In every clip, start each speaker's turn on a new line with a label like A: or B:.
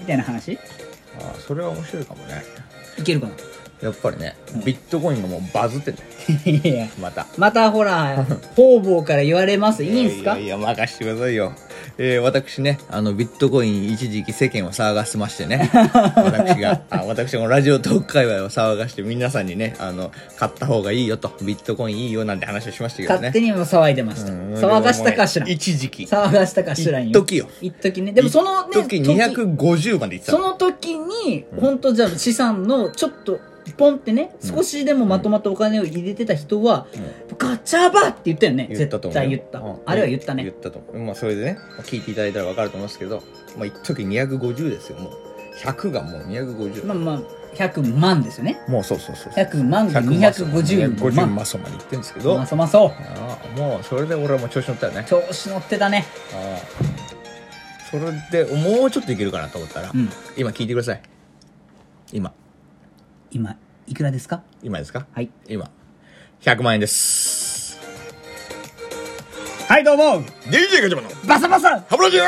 A: みたいな話
B: ああそれは面白いかもね
A: いけるかな
B: やっぱりね、
A: うん
B: ビットコインがもうバズってる
A: いやいや
B: また
A: またほ ら方々から言われますいいんすか
B: いやいや任してくださいよ、えー私ねあのビットコイン一時期世間を騒がせまして ね私があ私もラジオトーク界隈を騒がして皆さんにねあの買った方がいいよとビットコインいいよなんて話をしましたけど
A: 勝手
B: ね
A: にも騒いでました
B: うん
A: 騒がしたかしらん
B: 一時期
A: 騒がしたかしらん
B: 一時よ
A: 一時ねでもそのね
B: 一時250までいってた
A: そ
B: の
A: の時に、本当じゃあ資産のちょっと、ポンってね、少しでもまとまったお金を入れてた人は、ガチャバって言ったよね。
B: 言ったと思
A: 絶
B: う
A: 対言
B: よ
A: った
B: うん。
A: あれは言った
B: 言
A: ね
B: っ。たと思うまあそれでね聞いていただいたら分かると思うんですけどまあ一時250ですよもう100がもう250、
A: まあまあ、100万ですよね。
B: もうそうそうそう
A: 100万が250
B: 250
A: 万。
B: マソまで行ってるんですけど、
A: まそうまそう。
B: ああもうそれで俺はもう調子乗ったよね
A: 調子乗ってたね。
B: ああそれでもうちょっといけるかなと思ったら、
A: うん。
B: 今聞いてください今
A: 今、いくらですか
B: 今ですか
A: はい。
B: 今100万円ですはいどうも DJ ガチャマンの
A: バサバサ
B: ハブラジオ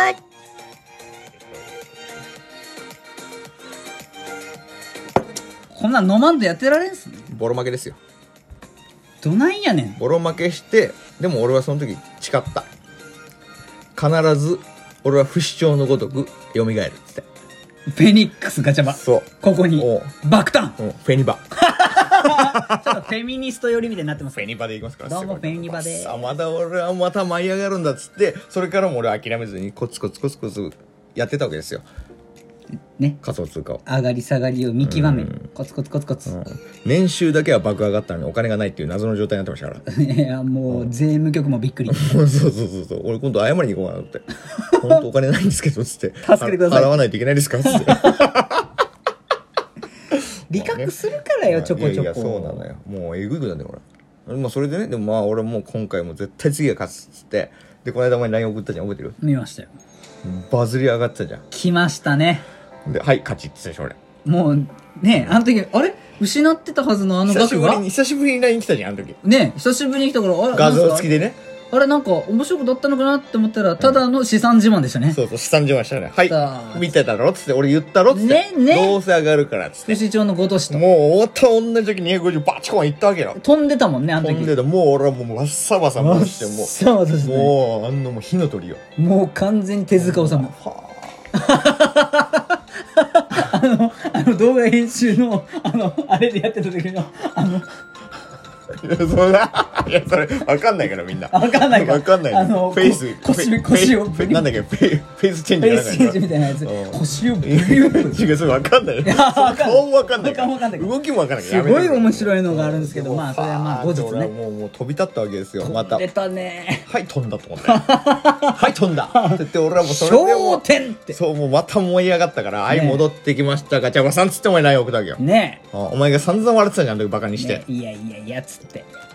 A: こんなん飲まんとやってられんっすね。
B: ボロ負けですよ
A: どないやねん。
B: ボロ負けしてでも俺はその時誓った必ず俺は不死鳥のごとく蘇るっつって
A: フェニックスガチャバ。
B: そう
A: ここに
B: おう、
A: 爆弾
B: うんフェニバ
A: ちょっとフェミニスト寄りみたいになってます
B: フェニバで行きますから
A: どうもフェニバで
B: さあまだ俺はまた舞い上がるんだっつってそれからも俺は諦めずにコツコツコツコツやってたわけですよ
A: ね。
B: 仮想通貨を、
A: 上がり下がりを見極めるコツコツコツコツ、
B: うん年収だけは爆上がったのにお金がないっていう謎の状態になってま したか
A: いやもう税務局もびっくり
B: らそうそうそうそう俺今度謝りに行こうかな って「本当お金ないんですけど」っつって「
A: 助けてください
B: あ払わないといけないですか?」っつって
A: 理覚するからよちょこちょこ
B: いやいやそうなのよもうえぐいことなんだよ俺まあそれでねでもまあ俺もう今回も絶対次は勝つっつってでこの間お前に LINE 送ったじゃん覚えてる
A: 見ましたよ
B: バズり上がってたじゃ
A: 来ましたね
B: んで「はい勝ち」っつってたでしょ俺
A: もうねあの時あれ失ってたはずのあの
B: 久し
A: 額
B: ぶり
A: が
B: に久しぶりに LINE 来たじゃんあの時
A: ね久しぶりに来たからあれ
B: 画像付き
A: で
B: でね
A: あれなんか面白くだったのかなって思ったらただの資産自慢でしたね、
B: そうそう資産自慢したねはい
A: さあ
B: 見てたろっつって俺言ったろっつって
A: ねね
B: どうせ上がるからっつって
A: 副市長のごとしと
B: もうまた同じ時250バチコン行ったわけよ
A: 飛んでたもんねあの
B: ほ
A: 時
B: んでもう俺はもうわっさわさもうしてもう
A: そうですね
B: もうあんなもう火の鳥よ
A: もう完全に手塚治虫あの、あの動画編集の、あの、あれでやってた時の、あの、
B: いやそれいやそれわかんないからみんな
A: あわかんないか
B: わかんない
A: あの
B: フェイス
A: こ腰
B: フェイ
A: 腰を
B: フェイフェイなんだっけフェイフェイスチェン
A: フ
B: ジ
A: ェ
B: や
A: イ
B: ら
A: スチェ
B: ないから
A: ンジみたいなやつ
B: うん、
A: 腰をブリブリ
B: 違うそれわかんないよ
A: やわかんない
B: 顔もわかんない
A: 顔もわかんない
B: 動きもわかんない
A: すごい面
B: い
A: 白いのがあるんですけど、まあ、それはまあ後日
B: 俺は
A: ね。
B: もうもう飛び立ったわけですよまた
A: 出たね。
B: はい飛んだと思ってはい飛ん だって言って俺はもうそれでも
A: 焦点って。
B: そうもうまた燃え上がったからはい
A: ねえ
B: 戻ってきましたガチャバさんっつってお前 LINE 送ったわけよ
A: ね
B: あお前が散々笑ってたじゃんあの時バカに
A: え。
B: して
A: ねいやいやいや、つって。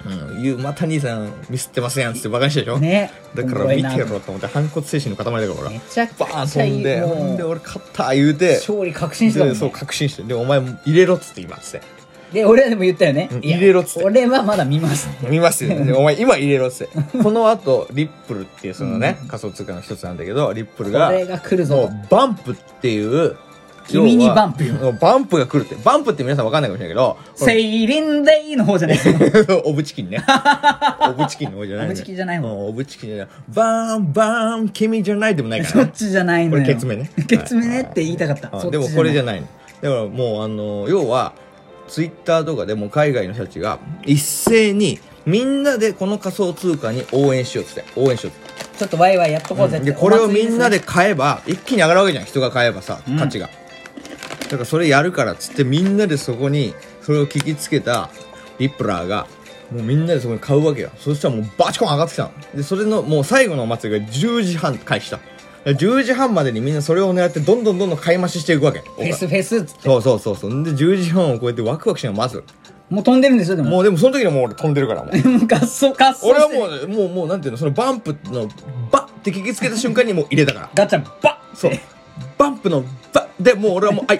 B: うん言うまた兄さんミスってますやんっつってバカにしたでしょ
A: ね
B: だから見てろと思って反骨精神の塊だから俺
A: め
B: は
A: ちゃ
B: バ
A: く
B: ーン
A: ちゃ
B: 飛
A: い
B: ん
A: い。
B: で
A: もう
B: ほんで俺勝った言うて
A: 勝利確信してたも
B: でそうん
A: ね。
B: 確信してでお前も入れろっつって今っつって
A: で、俺はでも言ったよね
B: う。ん
A: いや
B: 入れろっつって
A: 俺はまだ見ます。
B: 見ますよ、ね、お前今入れろっつってこの後リップルっていうそのね、仮想通貨の一つなんだけどリップル
A: こ
B: が
A: れが来る
B: も
A: ぞ
B: う。バンプっていう
A: 君にバンプ
B: 要はバンプが来るってバンプって皆さん分かんないかもしれないけど
A: セイリンデイの方じゃないですか。
B: オブチキン ね。オブチキンの方じゃない、ね。
A: オブチキンじゃないもん
B: うオブチキンじゃない。バーン、バーン、君じゃないでもないか
A: そ
B: ら、
A: っちじゃないの
B: こ
A: よ。
B: れ、ケツメね。
A: ケツメねって言いたかった。
B: はい
A: そ
B: あ
A: っち
B: でもこれじゃ
A: ない。
B: ないの。だからもう、あの、要は、ツイッターとかでも海外の人たちが、一斉に、みんなでこの仮想通貨に応援しようっつって、応援しようっつって。
A: ちょっとワイワイやっとこうぜって。
B: でこれを
A: お祭
B: み
A: りす
B: ん
A: ね
B: なで買えば一気に上がるわけじゃん人が買えばさ価値が、だからそれやるからっつってみんなでそこにそれを聞きつけたリップラーがもうみんなでそこに買うわけよそしたらもうバチコン上がってきたのでそれのもう最後のお祭りが10時半開始したで10時半までにみんなそれを狙ってどんどんどんどん買い増ししていくわけ
A: フェスフェスっつって。
B: そうそうそうそうで10時半を超えてワクワクしながら待つ
A: もう飛んでるんですよ、でも。
B: もうでもその時にはもう俺飛んでるからもう
A: もう合奏、合奏してる。
B: 俺はもうもうもうなんていうのそのバンプのバッって聞きつけた瞬間にもう入れたから
A: ガチャバッ
B: そう。バンプのバで、もう俺はもう、あいっ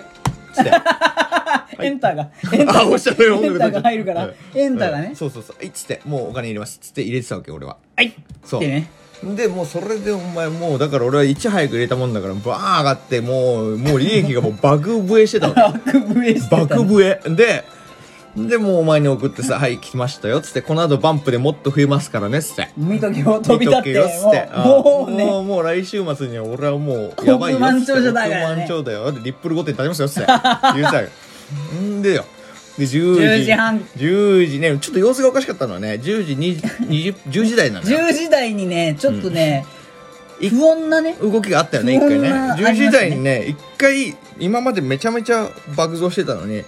B: つって。あ、
A: エンターが。 エンター
B: おっしゃったよ、
A: エンターが入るから
B: うん
A: エンターがね
B: うんそうそうそう。あいっつって、もうお金入れます。つって入れてたわけ、俺は。
A: はいっ
B: そう。
A: てね。
B: でもうそれでお前もうだから俺はいち早く入れたもんだからバーン上がってもうもう利益がもう爆増えしてた の
A: 爆増えしてた
B: 爆増えででもうお前に送ってさ「はい来ましたよ」っつって「この後バンプでもっと増えますからね」っつって
A: 見とけよ飛び立って
B: 見とけよっつって
A: もうもう
B: あも
A: ね
B: うもう来週末には俺はもうやばいよっつ
A: 億万
B: って
A: 長者だからね
B: 億万長者だよだってリップル御殿に立ちますよっつって言うたよんでよで10時
A: 10時半
B: 10時ねちょっと様子がおかしかったのはね10時に20 10時台なのよ
A: 10時台にねちょっとね、不穏なね
B: 動きがあったよね一
A: そ
B: 回
A: ん
B: ね
A: な
B: 10時台にね一回今までめちゃめちゃ爆増してたのに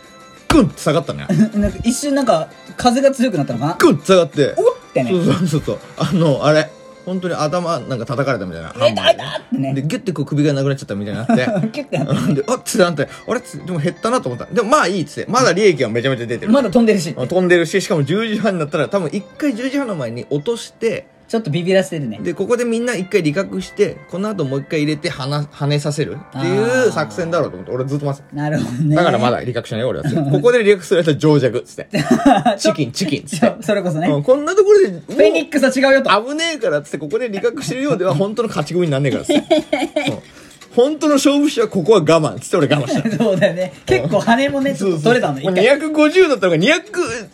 B: グンって下がったね
A: なんか一瞬なんか風が強くなったのかな
B: グンって下がって
A: おってね
B: そうそうそうそうあのあれ本当に頭なんか叩かれたみたいなハンマーで
A: 痛い痛いってね
B: でギュッてこう首がなくなっちゃったみたいになって
A: キュッてなっ
B: であっつってなってあれっつってでも減ったなと思ったでもまあいいっつってまだ利益はめちゃめちゃ出て
A: て
B: る、
A: まだ飛んでるし
B: 飛んでるししかも10時半になったら多分1回10時半の前に落として
A: ちょっとビビらせてるね
B: でここでみんな一回理覚してこの後もう一回入れてはな跳ねさせるっていう作戦だろうと思って俺ずっと待ってた
A: なるほどね
B: だからまだ理覚しないよ俺はつってここで理覚するやつは情弱っつってチキンチキンっつ っ
A: ち
B: て
A: ょ それこそね、
B: うんこんなところでもう
A: フェニックスは違うよと
B: 危ねえからっつってここで理覚してるようでは本当の勝ち組になんねえからっつ って、うん本当の勝負師はここは我慢っつって俺我慢した
A: そうだよね結構羽もねちょっと取れたの
B: もう
A: 一回
B: 250だったのが200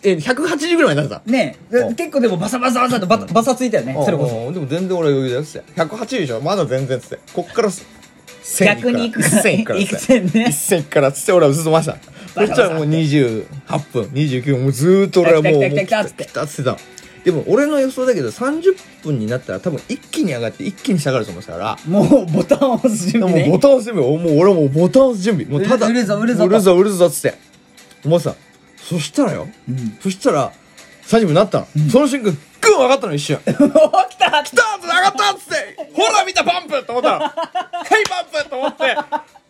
B: え180ぐらいまでなった
A: ね
B: うん
A: 結構でもバサバサバサとバタバサついたよねそれこそ
B: うんうんでも全然俺余裕だよっつって180でしょまだ全然っつってこっからす
A: 逆に行くから
B: 1000いくからっつって
A: 行くね
B: 一線行くからっつって俺はずっと待ってた
A: バカ
B: そし
A: バカ
B: たらもう28分29分もうずーっと俺はもうもう
A: 来た来た来た来たっつって
B: 来たっつってたのでも俺の予想だけど30分になったら多分一気に上がって一気に下がると思ってたから
A: もうボタンを押す準備
B: もうボ
A: ね
B: タン押す準備もう俺はもうボタン押す準備もうただ
A: うるぞうるぞ
B: うるぞうるぞっつって思ってたそしたらよ、
A: ん
B: そしたら30分になったの、その瞬間グン上がったの一瞬来
A: おー来た来
B: たーって上がったっつってほら見たパンプと思った らはいパンプと思って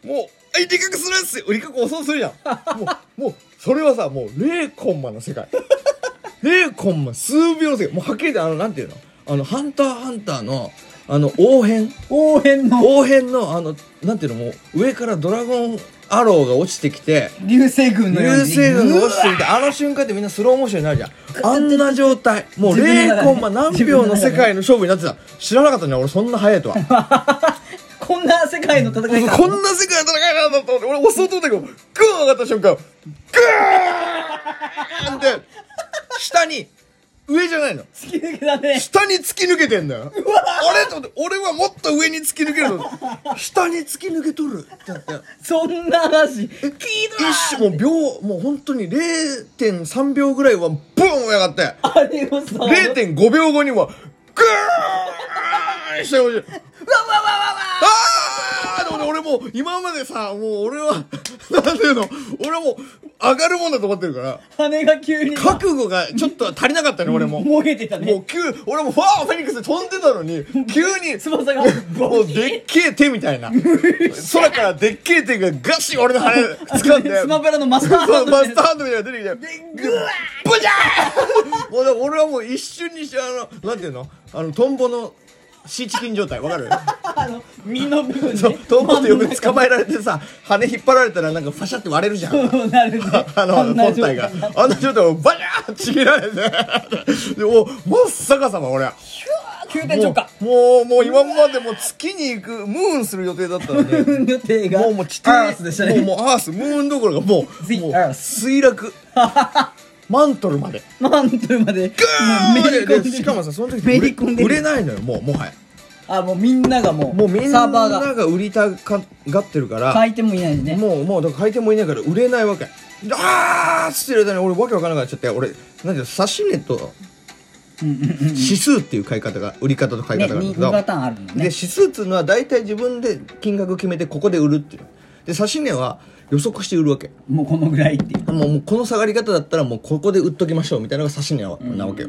B: もうえ理覚するっすよ理覚遅するじゃんもうもうそれはさもう0コンマの 世界0コンマ数秒の世界もうはっきり言ってあのなんていうのあのハンターハンターのあの応変
A: 応変の
B: 後編のあのなんていうのもう上からドラゴンアローが落ちてきて
A: 流星群のように
B: 流星群が落ちて
A: う
B: き
A: わ
B: てあの瞬間ってみんなスローモーションになるじゃんあんな状態もう
A: 自分の中
B: 0
A: で
B: コンマ何秒の世界の勝負になってた知らなかったね俺そんな 早いとはこ
A: こんな世界の戦い方
B: んな世界の戦いなんだと思って俺押そうと思ったけどグーン上がった瞬間グーンって下に上じゃないの
A: 突き抜けだね
B: 下に突き抜けてんだよ。あれと思って、俺はもっと上に突き抜けるの。下に突き抜けとるってなって。
A: そんな話聞いた
B: 一瞬もう秒もう本当に0.3秒ぐらいはブーン上がって
A: あれをさ
B: 0.5秒後にはグーンしてほし
A: わわわ
B: い
A: わわ
B: あーと思って俺もう今までさもう俺は なんていうの俺はもう上がるもんだと思ってるから
A: 羽が急に
B: 覚悟がちょっと足りなかったね俺もも
A: もげてたね
B: う急俺もファーフェニックスで飛んでたのに急に
A: 翼が
B: もうでっけえ手みたいな空からでっけえ手がガシ俺の羽掴んで
A: スマブラのマスターハ
B: そ
A: ン
B: う
A: ド
B: マ
A: みた
B: ス
A: い
B: ター
A: な
B: ハンドみたいなのが出てきて
A: でぐわ
B: ブジャーもうだから俺はもう一瞬にしてあのなんていうのあのトンボのシーチキン状態わかる
A: あの身の部分ね
B: そうトンボってよく捕まえられてさ羽引っ張られたらなんかファシャって割れるじゃん
A: そうなるね
B: あの
A: あんな
B: 本体があんな状態をバジャーちぎられてでもう真っ逆さま俺
A: 急転
B: も
A: 直下
B: うもうもう今までもう月に行くムーンする予定だったのに
A: 予定が
B: もうもう地底
A: アースでしたね
B: もうもうアースムーンどころかもう
A: The
B: もう
A: Earth
B: 墜 落マントルまで
A: マントルまでグ
B: ガーンでしかもさその時
A: め
B: 売
A: り込んで
B: れ
A: る
B: 売れないのよもうもはや
A: あもうみんながもう
B: もうみん
A: サ
B: な
A: ーバーが
B: が売りたかがってるから
A: 書いてもいないしね
B: もうもうだから回転もいないから売れないわけであーっつってる間に俺わけわからなくなっちゃって俺なんていうの差し値と指数っていう買い方が売り方と買い
A: ね
B: 方があるんだ
A: 2
B: けど
A: パターンあるの
B: で
A: ね
B: 指数っていうのは大体自分で金額決めてここで売るっていうで指し値は予測して売るわけ
A: もうこのぐらいっていう
B: もうもうこの下がり方だったらもうここで売っときましょうみたいなのが指し値はなわけよ、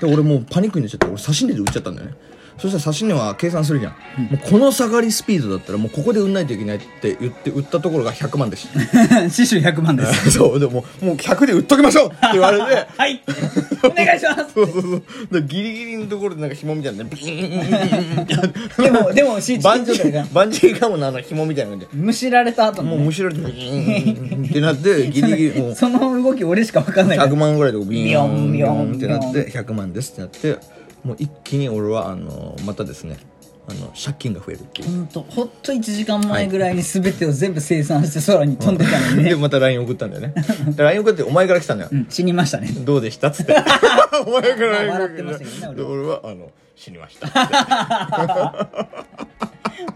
B: で俺もうパニックになっちゃって俺指し値で売っちゃったんだよねそしたら指し値は計算するじゃん、もうこの下がりスピードだったらもうここで売んないといけないって言って売ったところが100万でし
A: 死守100万 です
B: た そうでももう100で売っときましょうって言われて
A: はいお願いします
B: そうそうそうでギリギリのところでなんか紐みたいなのねビーン
A: でもでもシーチ
B: バ
A: キ
B: ン
A: ン
B: ジ
A: 状態 が
B: ーバンジーカムのあの紐みたいなので
A: むしられた後
B: も
A: の
B: う
A: ね
B: む しろビーンってなってギリギリもう
A: その動き俺しか分かんないから
B: 100万ぐらいでこうビヨン
A: ビ
B: ビ
A: ヨ
B: ヨ
A: ン
B: ンってなって100万ですってなってもう一気に俺はあのまたですねあの借金が増えるっていう
A: ほんとほっと1時間前ぐらいに全てを全部生産して空に飛んでたのに
B: で
A: ね、
B: また LINE 送ったんだよねで LINE 送ってお前から来たんだよ
A: うん、 死にましたね
B: どうでしたっ つってお前から LINE
A: まあ笑ってましたけどね
B: で
A: 俺は
B: 俺はあの死にましたって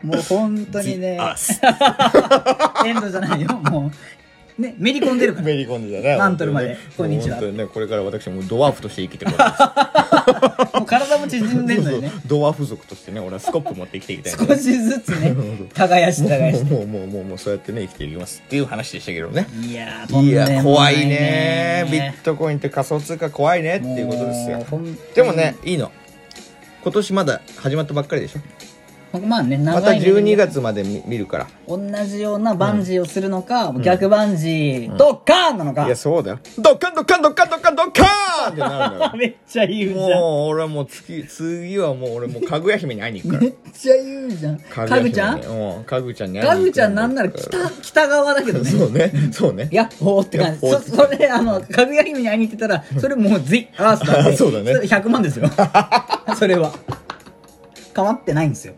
A: もう本当に ね
B: The us
A: エンドじゃないよもうねめり込んでるから
B: めり込んでたね
A: マントルまでこんにちは
B: 本当にねこれから私もうドワーフとして生きてくるわ
A: もう体も縮ん
B: け
A: で
B: で
A: んの
B: すそ
A: よ
B: う
A: ね
B: そうドワーフ族としてね俺はスコップ持って生きていきたいんだよね
A: 少しずつ ね耕し耕し
B: もうもうもうもうもうそうやってね生きていきますっていう話でしたけどね
A: いやーとん
B: い
A: でもな
B: や怖いねビ
A: ね
B: ットコインって仮想通貨怖いねっていうことです
A: もう
B: よ
A: ほんとに
B: でもねいいの今年まだ始まったばっかりでしょ
A: まあね長
B: ま
A: い目
B: た
A: で見る
B: 12月まで見見るか
A: 同じようなバンジーをするのか、逆バンジー、ドッカーンなの
B: ら
A: か
B: いや、そうだよドッカンドッカンドッカンドッカンドッカーンってなるんだよ
A: めっちゃ言うじゃん
B: もう俺はもう次次はもう俺もうかぐや姫に会いに行くか
A: めっちゃ言うじゃん
B: ら
A: かぐちゃん
B: かぐや姫にうんかぐちゃんに会いに
A: か
B: 行く
A: ぐちゃんなんなら北北側だけどね
B: そうねそうね
A: やっほーって感じ
B: やっ
A: そ
B: ほー
A: それあのかぐや姫に会いに行ってたらそれもうぜアースなんで
B: そうだね
A: れ100万 ですよそれは構ってないんですよ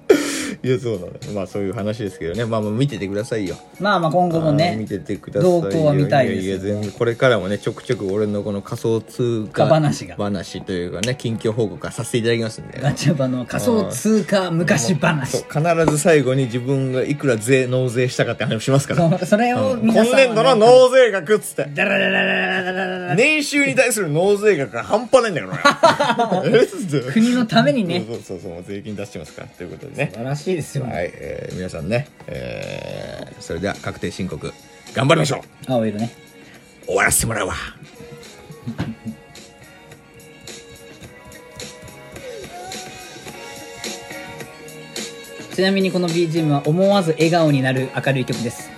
B: いやそうなのよまあそういう話ですけどねまあまあ見ててくださいよ
A: まあまあ今後も
B: あー見
A: ね
B: ててくださいよ
A: 動向は見たいですよ
B: やや全然これからもねちょくちょく俺のこの仮想通貨
A: が話が
B: 話というかね近況報告はさせていただきますんで
A: ガチャバの仮想通貨昔
B: そう
A: 話
B: 必ず最後に自分がいくら税納税したかって話をしますから、
A: そうそ れを
B: 今
A: 皆さんはね
B: 年度の納税額っつって
A: ダラダラダラダラダラ
B: 年収に対する納税額が半端ないんだから俺えっつって
A: 国のためにね
B: そうそうそうそうもう税金出してますからということでね
A: 素晴らしいですよ、
B: はい、えー皆さんね、えーそれでは確定申告頑張りましょう
A: 青色ね
B: 終わらせてもらうわ
A: ちなみにこの BGM は思わず笑顔になる明るい曲です